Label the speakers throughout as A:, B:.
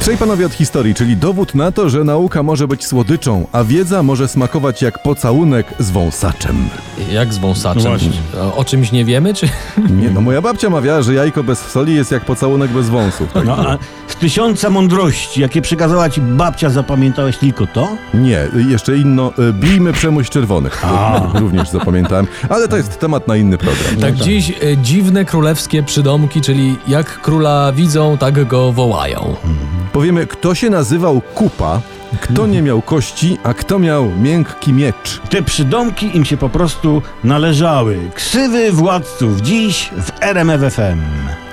A: Trzej panowie od historii, czyli dowód na to, że nauka może być słodyczą, a wiedza może smakować jak pocałunek z wąsaczem.
B: Jak z wąsaczem?
C: No właśnie.
B: O- o czymś nie wiemy, czy...
A: Nie, no moja babcia mawiała, że jajko bez soli jest jak pocałunek bez wąsów. Tak?
C: No, a z tysiąca mądrości, jakie przekazała ci babcia, zapamiętałeś tylko to?
A: Nie, jeszcze inno, y, bijmy przemuś czerwonych. Również zapamiętałem, ale to jest temat na inny program.
B: Tak, dziś e, dziwne królewskie przydomki, czyli jak króla widzą, tak go wołają.
A: Powiemy, kto się nazywał kupa, kto nie miał kości, a kto miał miękki miecz.
C: Te przydomki im się po prostu należały. Ksywy władców dziś w RMF FM.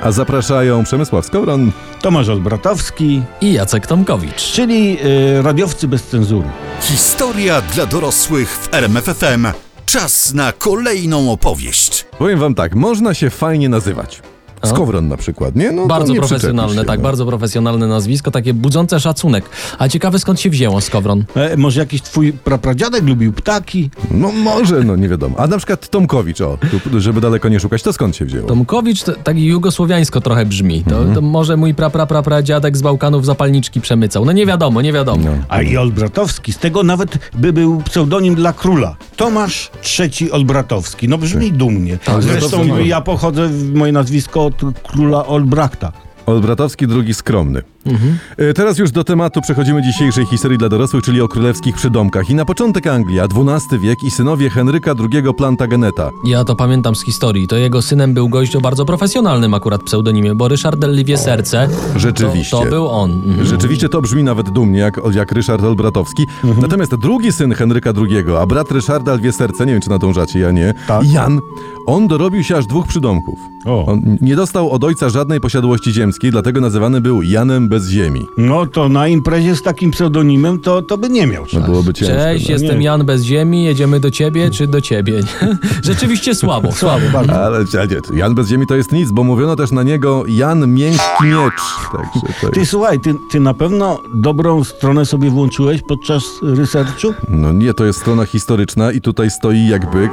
A: A zapraszają Przemysław Skowron.
C: Tomasz Olbratowski,
B: I Jacek Tomkowicz.
C: czyli y, radiowcy bez cenzury.
D: Historia dla dorosłych w RMFFM. Czas na kolejną opowieść.
A: Powiem wam tak, można się fajnie nazywać. Skowron na przykład, nie? No, to
B: Bardzo
A: nie
B: profesjonalne,
A: przyczepisz się,
B: tak,
A: no.
B: bardzo profesjonalne nazwisko, takie budzące szacunek. A ciekawe skąd się wzięło Skowron.
C: E, może jakiś twój prapradziadek lubił ptaki?
A: No może, no nie wiadomo. A na przykład Tomkowicz, o, tu, żeby daleko nie szukać, to skąd się wzięło?
B: Tomkowicz to, tak jugosłowiańsko trochę brzmi. To,
A: Mhm.
B: to może mój pra, pra, pra, pra dziadek z Bałkanów zapalniczki przemycał. No nie wiadomo, nie wiadomo.
A: No.
C: A i Olbratowski, z tego nawet by był pseudonim dla króla. Tomasz III Olbratowski. No brzmi dumnie. Zresztą
A: Olbratowski.
C: ja pochodzę, moje nazwisko od króla Olbrachta.
A: Olbratowski, drugi skromny.
B: Mhm.
A: E, Teraz już do tematu przechodzimy dzisiejszej historii dla dorosłych, czyli o królewskich przydomkach. I na początek Anglia, XII wiek i synowie Henryka II Plantageneta.
B: Ja to pamiętam z historii. To jego synem był gość o bardzo profesjonalnym akurat pseudonimie, bo Ryszard Lwie Serce.
A: Rzeczywiście.
B: To, to był on. Mhm.
A: Rzeczywiście to brzmi nawet dumnie, jak, jak Ryszard Olbratowski. Natomiast drugi syn Henryka II, a brat Ryszarda Lwie Serce, nie wiem czy nadążacie, ja nie,
C: Tak.
A: Jan, on dorobił się aż dwóch przydomków.
C: O.
A: On nie dostał od ojca żadnej posiadłości ziemskiej, dlatego nazywany był Janem bez ziemi.
C: No to na imprezie z takim pseudonimem to, to by nie miał.
A: No byłoby ciężko.
B: Cześć,
A: no.
B: jestem
C: nie.
B: Jan bez ziemi, jedziemy do ciebie czy do ciebie? Rzeczywiście słabo, słabo.
A: Ale dziadzie, Jan bez ziemi to jest nic, bo mówiono też na niego Jan Miękki Miecz. Także to
C: Ty
A: jest,
C: słuchaj, ty, ty na pewno dobrą stronę sobie włączyłeś podczas researchu?
A: no nie, to jest strona historyczna i tutaj stoi jak byk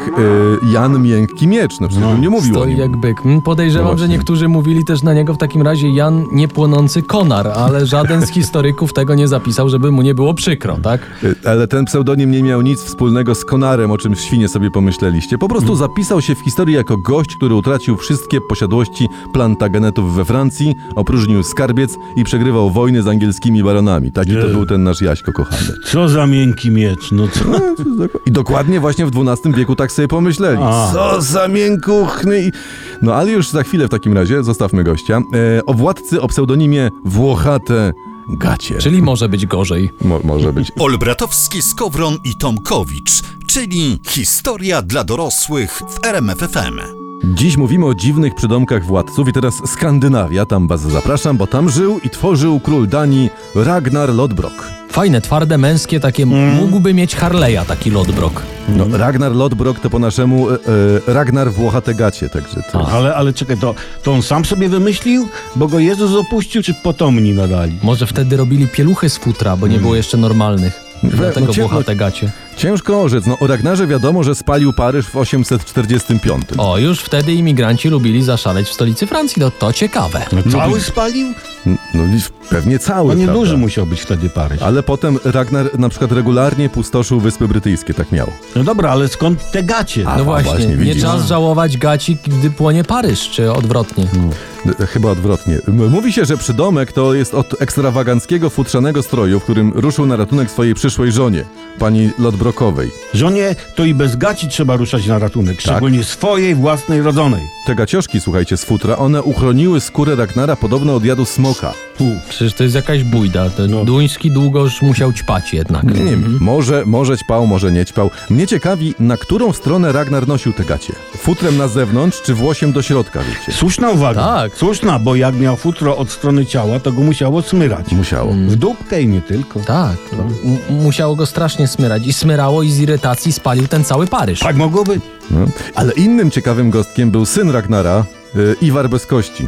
A: y, Jan Miękki Miecz. No przecież bym nie mówił o
B: Stoi
A: nim.
B: jak byk. Mm, Podejrzewam,
A: No
B: że
A: właśnie.
B: niektórzy mówili też na niego w takim razie Jan niepłonący konar, ale żaden z historyków tego nie zapisał, żeby mu nie było przykro, tak?
A: Y, Ale ten pseudonim nie miał nic wspólnego z Konarem, o czym świnie sobie pomyśleliście. Po prostu zapisał się w historii jako gość, który utracił wszystkie posiadłości plantagenetów we Francji, opróżnił skarbiec i przegrywał wojny z angielskimi baronami. Taki to
C: Nie.
A: był ten nasz Jaśko kochany.
C: Co za miękki miecz, no co?
A: I dokładnie właśnie w XII wieku tak sobie pomyśleli.
C: A.
A: Co za miękuchny! i- No ale już za chwilę w takim razie, zostawmy gościa, e, o władcy o pseudonimie Włochate Gacie.
B: Czyli może być gorzej.
A: Mo- może być.
D: Olbratowski, Skowron i Tomkowicz, czyli historia dla dorosłych w RMFFM.
A: Dziś mówimy o dziwnych przydomkach władców i teraz Skandynawia, tam was zapraszam, bo tam żył i tworzył król Danii Ragnar Lodbrok.
B: Fajne, twarde, męskie, takie
A: Mm.
B: mógłby mieć Harleya taki lodbrok.
A: No, Ragnar Lodbrok to po naszemu e, e, Ragnar Włochate Gacie, także to...
C: Ale, ale czekaj, to, to on sam sobie wymyślił, bo go Jezus opuścił, czy potomni nadali?
B: Może wtedy robili pieluchy z futra, bo nie było jeszcze normalnych. Dlatego
A: Mm. no ciepło-
B: włochate gacie.
A: Ciężko orzec, no o Ragnarze wiadomo, że spalił Paryż w 845.
B: O, już wtedy imigranci lubili zaszaleć w stolicy Francji, no to ciekawe.
C: Cały spalił?
A: No i pewnie cały,
C: No nie
A: prawda?
C: duży musiał być wtedy Paryż.
A: Ale potem Ragnar na przykład regularnie pustoszył Wyspy Brytyjskie, tak miał.
C: No dobra, ale skąd te gacie?
A: A,
B: No właśnie,
A: właśnie,
B: nie
A: widzisz.
B: czas żałować gaci, gdy płonie Paryż, czy odwrotnie.
A: No. D- E, Chyba odwrotnie. M- Mówi się, że przydomek to jest od ekstrawaganckiego futrzanego stroju, w którym ruszył na ratunek swojej przyszłej żonie, pani Lodbrokowej.
C: Żonie to i bez gaci trzeba ruszać na
A: Tak.
C: ratunek, szczególnie swojej własnej rodzonej.
A: Te gacioszki, słuchajcie, z futra, one uchroniły skórę Ragnara podobno od jadu smoka.
B: Przecież to jest jakaś bójda. Ten
C: No.
B: Duński długoż musiał ćpać jednak.
A: Nie wiem, może, może ćpał, może nie ćpał. Mnie ciekawi, na którą stronę Ragnar nosił te gacie. Futrem na zewnątrz, czy włosiem do środka, wiecie?
C: Słuszna uwaga.
B: Tak.
C: Słuszna, bo jak miał futro od strony ciała, to go musiało smyrać.
A: Musiało.
C: W dupkę i nie tylko.
B: Tak,
A: No.
B: M- musiało go strasznie smyrać. I smyrało i z irytacji spalił ten cały Paryż.
C: Tak mogło być.
A: No. Ale innym ciekawym gostkiem był syn Ragnara, y, Iwar bez kości.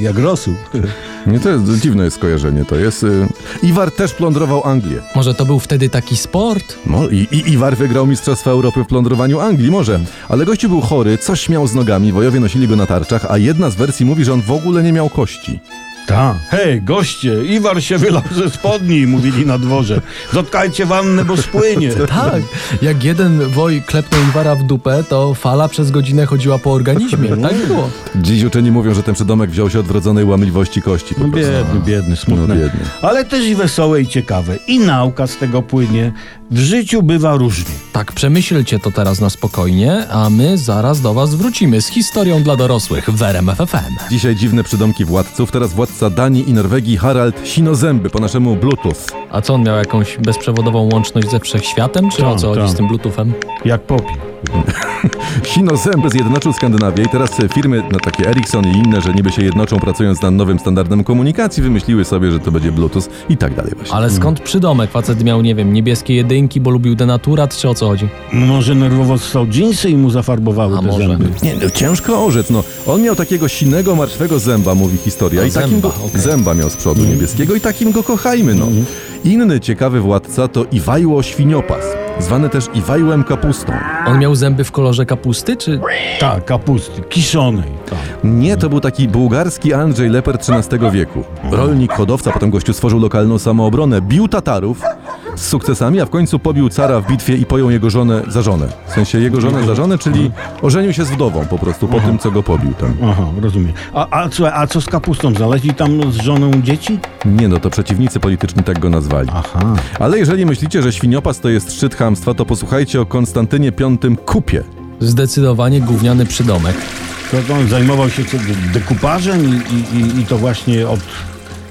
C: jak rosół.
A: Nie, to jest dziwne jest skojarzenie, to jest. Y... Iwar też plądrował Anglię.
B: Może to był wtedy taki sport?
A: Mo- No i, I Iwar wygrał Mistrzostwa Europy w plądrowaniu Anglii, może. Ale gościu był chory, coś miał z nogami, wojowie nosili go na tarczach, a jedna z wersji mówi, że on w ogóle nie miał kości.
C: Ta. Tak. Hej, goście, Iwar się wylał ze spodni, mówili na dworze. Zatkajcie wannę, bo spłynie.
B: Tak,
A: No.
B: jak jeden woj klepnął Iwara w dupę, to fala przez godzinę chodziła po organizmie. Tak było.
A: Dziś uczeni mówią, że ten przydomek wziął się od wrodzonej łamliwości kości. Po
C: No
A: prostu.
C: biedny, biedny, smutny.
A: No biedny.
C: Ale też i wesołe i ciekawe. I nauka z tego płynie. W życiu bywa różnie.
B: Tak, przemyślcie to teraz na spokojnie, a my zaraz do Was wrócimy z historią dla dorosłych w RMFFM.
A: Dzisiaj dziwne przydomki władców, teraz władca Danii i Norwegii Harald Sinozęby, po naszemu Bluetooth.
B: A co on miał jakąś bezprzewodową łączność ze wszechświatem, czy o
C: Tak,
B: co chodzi
C: tak.
B: z tym Bluetoothem?
C: Jak popiół.
A: Sinozęby zjednoczył Skandynawię i teraz firmy no, takie Ericsson i inne, że niby się jednoczą pracując nad nowym standardem komunikacji, wymyśliły sobie, że to będzie Bluetooth i tak dalej właśnie.
B: Ale skąd przydomek? Facet miał, nie wiem, niebieskie jedynki, bo lubił denaturat, czy o co chodzi?
C: Może nerwowo ssał dżinsy i mu zafarbowały
B: A
C: te
B: może.
C: zęby.
A: Nie, no, ciężko orzec, no. On miał takiego sinego, martwego zęba, mówi historia.
B: A,
A: I takim go,
B: zęba, okej. Mhm.
A: zęba miał z przodu niebieskiego i takim go kochajmy, no. Inny ciekawy władca to Iwajło Świniopas, zwany też Iwajłem Kapustą.
B: On miał zęby w kolorze kapusty, czy...
C: Tak, kapusty, kiszonej. Tak.
A: Nie, to był taki bułgarski Andrzej Leper XIII wieku.
B: Mhm.
A: Rolnik, hodowca, potem gościu stworzył lokalną samoobronę, bił Tatarów z sukcesami, a w końcu pobił cara w bitwie i pojął jego żonę za żonę. W sensie jego żonę za żonę, czyli
B: Mhm.
A: ożenił się z wdową po prostu po tym, co go pobił tam.
C: Aha, rozumiem. A, a, słuchaj, a co z kapustą? Znaleźli tam z żoną dzieci?
A: Nie no, to przeciwnicy polityczni tak go nazwali.
C: Aha.
A: Ale jeżeli myślicie, że świniopas to jest szczyt chamstwa, to posłuchajcie o Konstantynie V Kupie.
B: Zdecydowanie gówniany przydomek.
C: To on zajmował się co, de- dekupażem i, i, i, i to właśnie od...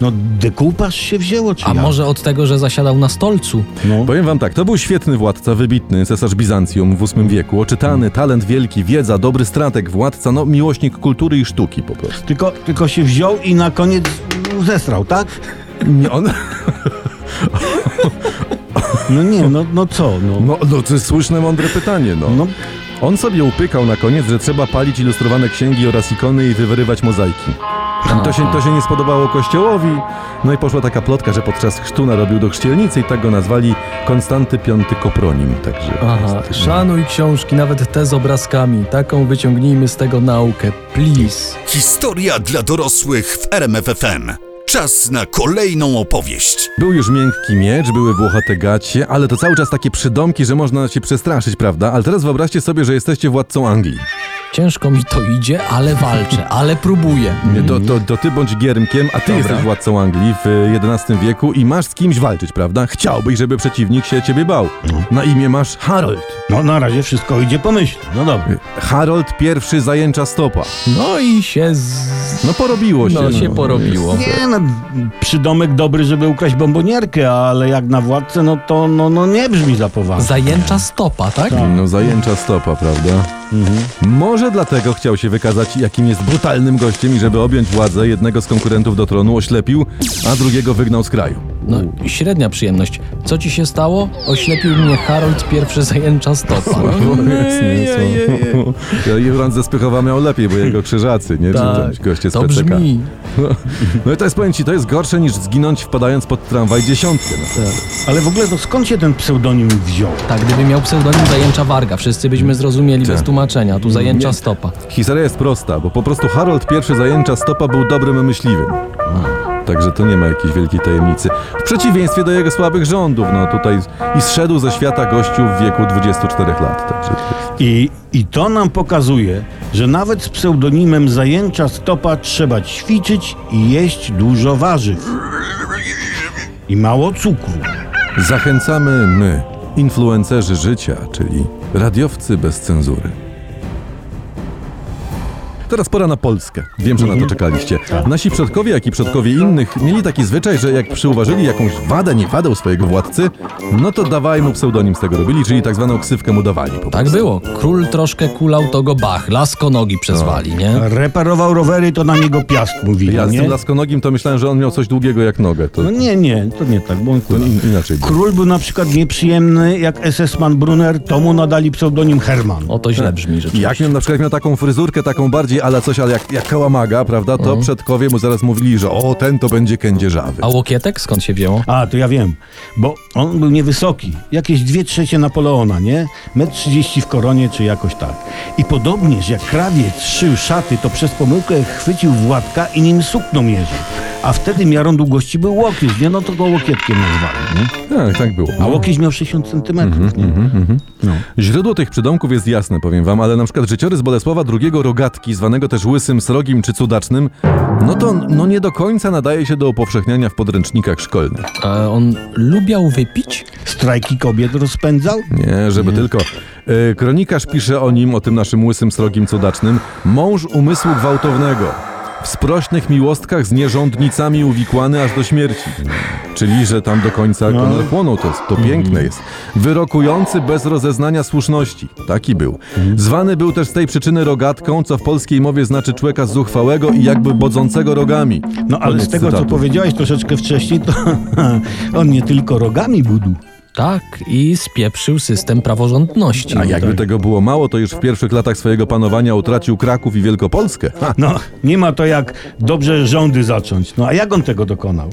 C: No dekupaż się wzięło, czy
B: A
C: jak?
B: może od tego, że zasiadał na stolcu?
C: No.
A: Powiem wam tak, to był świetny władca, wybitny, cesarz Bizancjum w VIII wieku, oczytany, talent wielki, wiedza, dobry strateg, władca, no miłośnik kultury i sztuki po prostu.
C: Tylko, tylko się wziął i na koniec zesrał, tak?
A: Nie, on,
C: No nie, no, no co? No.
A: no, no to jest słuszne, mądre pytanie, no.
C: No,
A: On sobie upykał na koniec, że trzeba palić ilustrowane księgi oraz ikony i wywyrywać mozaiki. To się, to się nie spodobało kościołowi, no i poszła taka plotka, że podczas chrztu narobił do chrzcielnicy i tak go nazwali Konstanty V Kopronim, także...
B: Aha, szanuj książki, nawet te z obrazkami. Taką wyciągnijmy z tego naukę, please.
D: Historia dla dorosłych w RMFFM. Czas na kolejną opowieść.
A: Był już miękki miecz, były włochate gacie, ale to cały czas takie przydomki, że można się przestraszyć, prawda? Ale teraz wyobraźcie sobie, że jesteście władcą Anglii.
B: Ciężko mi to idzie, ale walczę, ale próbuję.
A: Nie, to, to, to ty bądź giermkiem, a ty jesteś władcą Anglii w e, XI wieku i masz z kimś walczyć, prawda? Chciałbyś, żeby przeciwnik się ciebie bał.
B: No.
A: Na imię masz Harold.
C: no na razie wszystko idzie po myśli. No dobra.
A: Harold I zajęcza stopa.
B: No i się z...
A: No porobiło się.
B: No się porobiło.
C: Nie no, przydomek dobry, żeby ukraść bombonierkę, ale jak na władcę, no to no, no nie brzmi za poważnie.
B: Zajęcza stopa, tak?
A: No zajęcza stopa, prawda?
B: Mhm.
A: Może dlatego chciał się wykazać, jakim jest brutalnym gościem i żeby objąć władzę, jednego z konkurentów do tronu oślepił, a drugiego wygnał z kraju.
B: No, średnia przyjemność. Co ci się stało? Oślepił mnie Harold pierwszy zajęcza stopa. No, nie, nie, nie. Tak.
A: Jurand ze Spychowa miał lepiej, bo jego krzyżacy, nie? Czy tam ci goście z
B: to
A: PCK.
B: brzmi.
A: No i to jest, powiem ci, to jest gorsze niż zginąć wpadając pod tramwaj dziesiątkę. No.
C: Ale w ogóle to skąd się ten pseudonim wziął?
B: Tak, gdyby miał pseudonim zajęcza warga, wszyscy byśmy zrozumieli bez tłumaczenia. Tu zajęcza stopa.
A: Historia jest prosta, bo po prostu Harold I zajęcza stopa był dobrym myśliwym. Także to nie ma jakiejś wielkiej tajemnicy. W przeciwieństwie do jego słabych rządów, no tutaj i zszedł ze świata gościu w wieku 24 lat. Także to jest...
C: I, I to nam pokazuje, że nawet z pseudonimem zajęcza stopa trzeba ćwiczyć i jeść dużo warzyw. I mało cukru.
A: Zachęcamy my, influencerzy życia, czyli radiowcy bez cenzury. Teraz pora na Polskę. Wiem, że na
C: Mhm.
A: to czekaliście.
C: Tak.
A: Nasi przodkowie, jak i przodkowie innych, mieli taki zwyczaj, że jak przyuważyli jakąś wadę, nie wadę u swojego władcy, no to dawaj mu pseudonim z tego robili, czyli tak zwaną ksywkę mu dawali. Po
B: Tak było. Król troszkę kulał, to go bach. Laskonogi przezwali, nie?
C: Reparował rowery, to nam jego piast mówili,
A: Ja z
C: nie?
A: tym laskonogim to myślałem, że on miał coś długiego jak nogę. To,
C: No nie, nie, to nie tak, bo on
A: to
C: kula.
A: in, inaczej było.
C: Król był na przykład nieprzyjemny jak SS-man Brunner, to mu nadali pseudonim Herman.
B: O, to źle brzmi rzeczywiście.
A: Jak miał na przykład miał taką fryzurkę, taką bardziej, ale coś, ale jak, jak kałamaga, prawda, to przodkowie mu zaraz mówili, że o, ten to będzie kędzierzawy.
B: A łokietek skąd się wzięło?
C: A, to ja wiem, bo on był niewysoki, jakieś dwie trzecie Napoleona, nie? Metr 30 w koronie, czy jakoś tak. I podobnież jak krawiec szył szaty, to przez pomyłkę chwycił Władka i nim sukno mierzył. a wtedy miarą długości był łokieć, nie? No to go łokietkiem nazwali, nie?
A: Tak, tak było.
C: A łokieć miał 60 centymetrów, nie?
A: Źródło tych przydomków jest jasne, powiem wam, ale na przykład życiorys Bolesława II Rogatki, zwanego też Łysym, Srogim czy Cudacznym, no to no nie do końca nadaje się do upowszechniania w podręcznikach szkolnych.
B: E, on lubiał wypić?
C: Strajki kobiet rozpędzał?
A: Nie, żeby tylko. E, Kronikarz pisze o nim, o tym naszym Łysym, Srogim, Cudacznym, mąż umysłu gwałtownego. W sprośnych miłostkach z nierządnicami uwikłany aż do śmierci. Czyli, że tam do końca no. konar płonął, to, jest, to
C: Mhm.
A: piękne jest. Wyrokujący bez rozeznania słuszności. Taki był.
C: Mhm.
A: Zwany był też z tej przyczyny rogatką, co w polskiej mowie znaczy człowieka zuchwałego i jakby bodzącego rogami.
C: No ale
A: Koniec
C: z tego, co
A: cytatu.
C: powiedziałeś troszeczkę wcześniej, to on nie tylko rogami budł.
B: Tak, i spieprzył system praworządności.
A: A
C: tak.
A: jakby tego było mało, to już w pierwszych latach swojego panowania utracił Kraków i Wielkopolskę. Ha!
C: No, nie ma to jak dobrze rządy zacząć. No a jak on tego dokonał?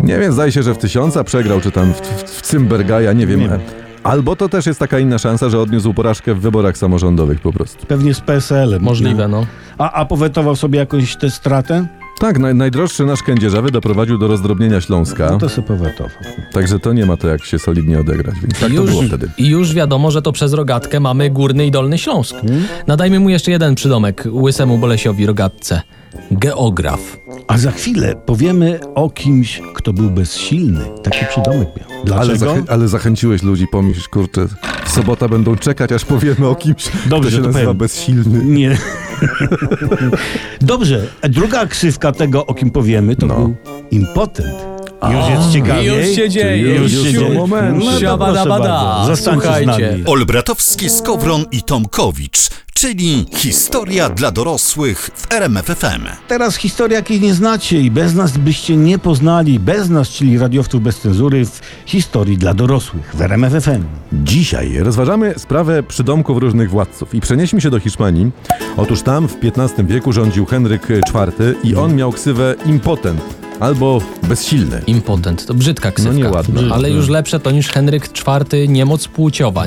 A: Nie wiem, zdaje się, że w tysiąca przegrał, czy tam w, w, w Cymbergaja, nie wiem.
C: Nie wiem.
A: Albo to też jest taka inna szansa, że odniósł porażkę w wyborach samorządowych po prostu.
C: Pewnie z PSL-em.
B: Możliwe, no.
C: A, a powetował sobie jakąś tę stratę?
A: Tak, naj, najdroższy nasz kędzierzawy doprowadził do rozdrobnienia Śląska,
C: No to sobie powetował.
A: także to nie ma to jak się solidnie odegrać, więc tak to
B: już,
A: było wtedy.
B: I już wiadomo, że to przez rogatkę mamy górny i dolny Śląsk.
A: Hmm?
B: Nadajmy mu jeszcze jeden przydomek, łysemu Bolesiowi rogatce. Geograf.
C: A za chwilę powiemy o kimś, kto był bezsilny. Taki przydomek miał.
A: Ale,
C: Dlaczego?
A: zachę- ale zachęciłeś ludzi, pomyśl, kurczę, w sobota będą czekać, aż powiemy o kimś,
C: Dobrze,
A: kto się
C: to
A: nazywa
C: powiem.
A: bezsilny.
C: Nie. Dobrze, druga ksywka tego, o kim powiemy, to był impotent. Już jest ciekawiej.
B: już się dzieje,
C: Już
A: już
C: się dzieje.
A: moment.
C: No to proszę
B: Siabadabada.
C: bardzo. Zostańcie z
B: Słuchajcie.
C: nami.
D: Olbratowski, Skowron i Tomkowicz, czyli historia dla dorosłych w RMFFM.
C: Teraz historia, jakiej nie znacie i bez nas byście nie poznali, bez nas, czyli radiowców bez cenzury w historii dla dorosłych w RMF FM.
A: Dzisiaj rozważamy sprawę przydomków różnych władców i przenieśmy się do Hiszpanii. Otóż tam w XV wieku rządził Henryk IV i on miał ksywę impotent albo bezsilny.
B: Impotent, to brzydka ksywka.
A: No nieładna.
B: Ale
A: Brzydka.
B: już lepsze to niż Henryk IV niemoc płciowa,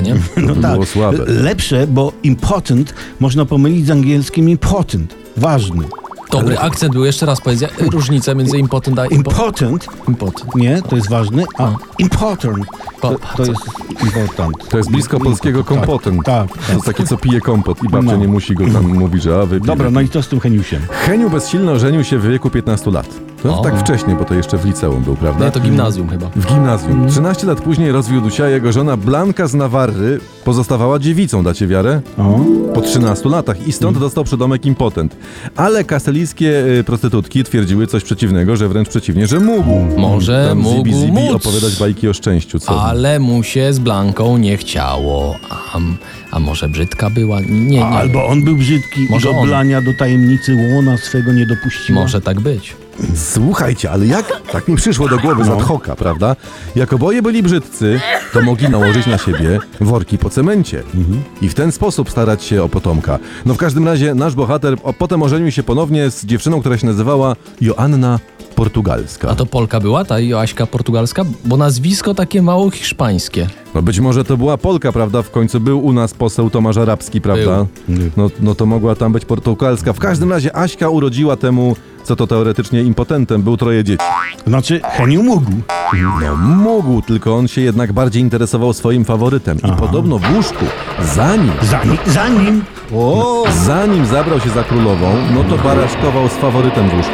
B: nie?
A: No to było słabe.
C: tak. Lepsze, bo impotent można pomylić z angielskim impotent. Ważny.
B: Dobry akcent był, jeszcze raz powiedz, jak- różnica między impotent a impo...
C: Important,
B: impotent.
C: nie, to jest ważny, a important to,
B: Pa-
C: to jest important.
A: To jest blisko polskiego kompoten.
C: Tak,
A: To jest takie, co pije kompot i babcia
C: No.
A: nie musi go tam mówić, że a wypij.
C: Dobra, no i co z tym Heniusiem?
A: Heniu bezsilny ożenił się w wieku 15 lat. To
B: O.
A: tak wcześnie, bo to jeszcze w liceum był, prawda?
B: Nie, to gimnazjum chyba.
A: W gimnazjum.
B: Mhm.
A: 13 lat później rozwiódł się, a jego żona Blanka z Nawarry pozostawała dziewicą, dacie wiarę?
C: O,
A: po 13 latach i
B: Mhm.
A: stąd dostał przydomek impotent. Ale kastelijskie y, prostytutki twierdziły coś przeciwnego, że wręcz przeciwnie, że mógł.
B: Może
A: Tam
B: mógł
A: zibi, zibi
B: móc.
A: opowiadać bajki o szczęściu, co?
B: Ale mu się z Blanką nie chciało. A, a może brzydka była? Nie, nie.
C: albo on był brzydki
B: Może
C: i do
B: on.
C: blania do tajemnicy łona swego nie dopuściła.
B: Może tak być.
A: Słuchajcie, ale jak, tak mi przyszło do głowy no. z ad hoca, prawda? Jak oboje byli brzydcy, to mogli nałożyć na siebie worki po cemencie. I w ten sposób starać się o potomka. No w każdym razie nasz bohater o- potem ożenił się ponownie z dziewczyną, która się nazywała Joanna Portugalska.
B: A to Polka była, ta Joaśka portugalska? Bo nazwisko takie mało hiszpańskie.
A: No być może to była Polka, prawda? W końcu był u nas poseł Tomasz Arabski, prawda? No, no to mogła tam być portugalska. W każdym razie Aśka urodziła temu, co to teoretycznie impotentem, był troje dzieci.
C: Znaczy, Heniu mógł.
A: No mógł, tylko on się jednak bardziej interesował swoim faworytem. I podobno w łóżku, zanim,
C: Zanim, zanim.
A: o! zanim zabrał się za królową, no to baraszkował z faworytem w łóżku.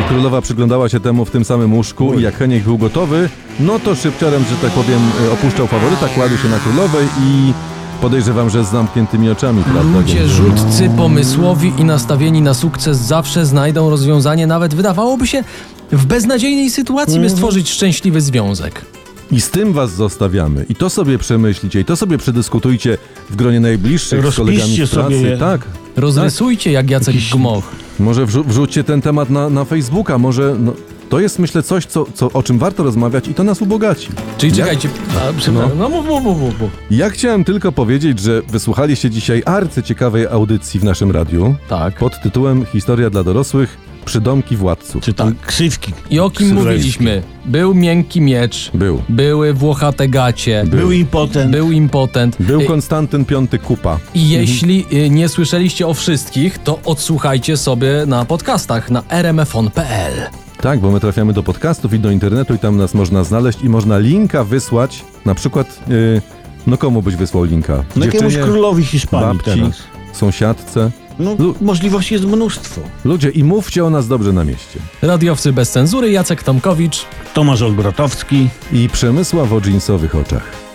A: I królowa przyglądała się temu w tym samym łóżku i jak Heniek był gotowy, no to szybciorem, że tak powiem, y, opuszczał faworyta, kładł się na królowej i podejrzewam, że z zamkniętymi oczami,
C: No,
A: prawda?
B: Ludzie rzutcy, pomysłowi i nastawieni na sukces zawsze znajdą rozwiązanie, nawet wydawałoby się w beznadziejnej sytuacji,
A: Mhm.
B: by stworzyć szczęśliwy związek.
A: I z tym was zostawiamy. I to sobie przemyślicie, i to sobie przedyskutujcie w gronie najbliższych z
C: Rozpiszcie
A: kolegami z pracy.
C: sobie je.
A: Tak.
B: Rozrysujcie jak Jacek Gmoch.
A: Może wrzu- wrzućcie ten temat na, na Facebooka, może no, to jest myślę coś, co, co, o czym warto rozmawiać i to nas ubogaci.
B: Czyli
A: Ja-
B: czekajcie, a, przepraszam, no mów, mów, mów, mów, mów.
A: Ja chciałem tylko powiedzieć, że wysłuchaliście dzisiaj arcy ciekawej audycji w naszym radiu
B: Tak.
A: pod tytułem Historia dla dorosłych Przydomki władców.
C: Czy tam ksywki.
B: I o kim
C: Syberyjski.
B: mówiliśmy? Był miękki miecz,
A: Był.
B: były włochate gacie,
A: Był.
C: Był impotent.
B: był impotent.
A: Był
B: Y,
A: Konstantyn V Kupa.
B: I jeśli y, nie słyszeliście o wszystkich, to odsłuchajcie sobie na podcastach na rmfon.pl.
A: Tak, bo my trafiamy do podcastów i do internetu i tam nas można znaleźć i można linka wysłać, na przykład, yy, no komu byś wysłał linka?
C: No jakiemuś królowi Hiszpanii
A: babci,
C: teraz.
A: sąsiadce.
C: No,
A: Lu-
C: możliwości jest mnóstwo.
A: Ludzie, i mówcie o nas dobrze na mieście.
B: Radiowcy bez cenzury, Jacek Tomkowicz.
C: Tomasz Olbratowski,
A: I Przemysław o dżinsowych oczach.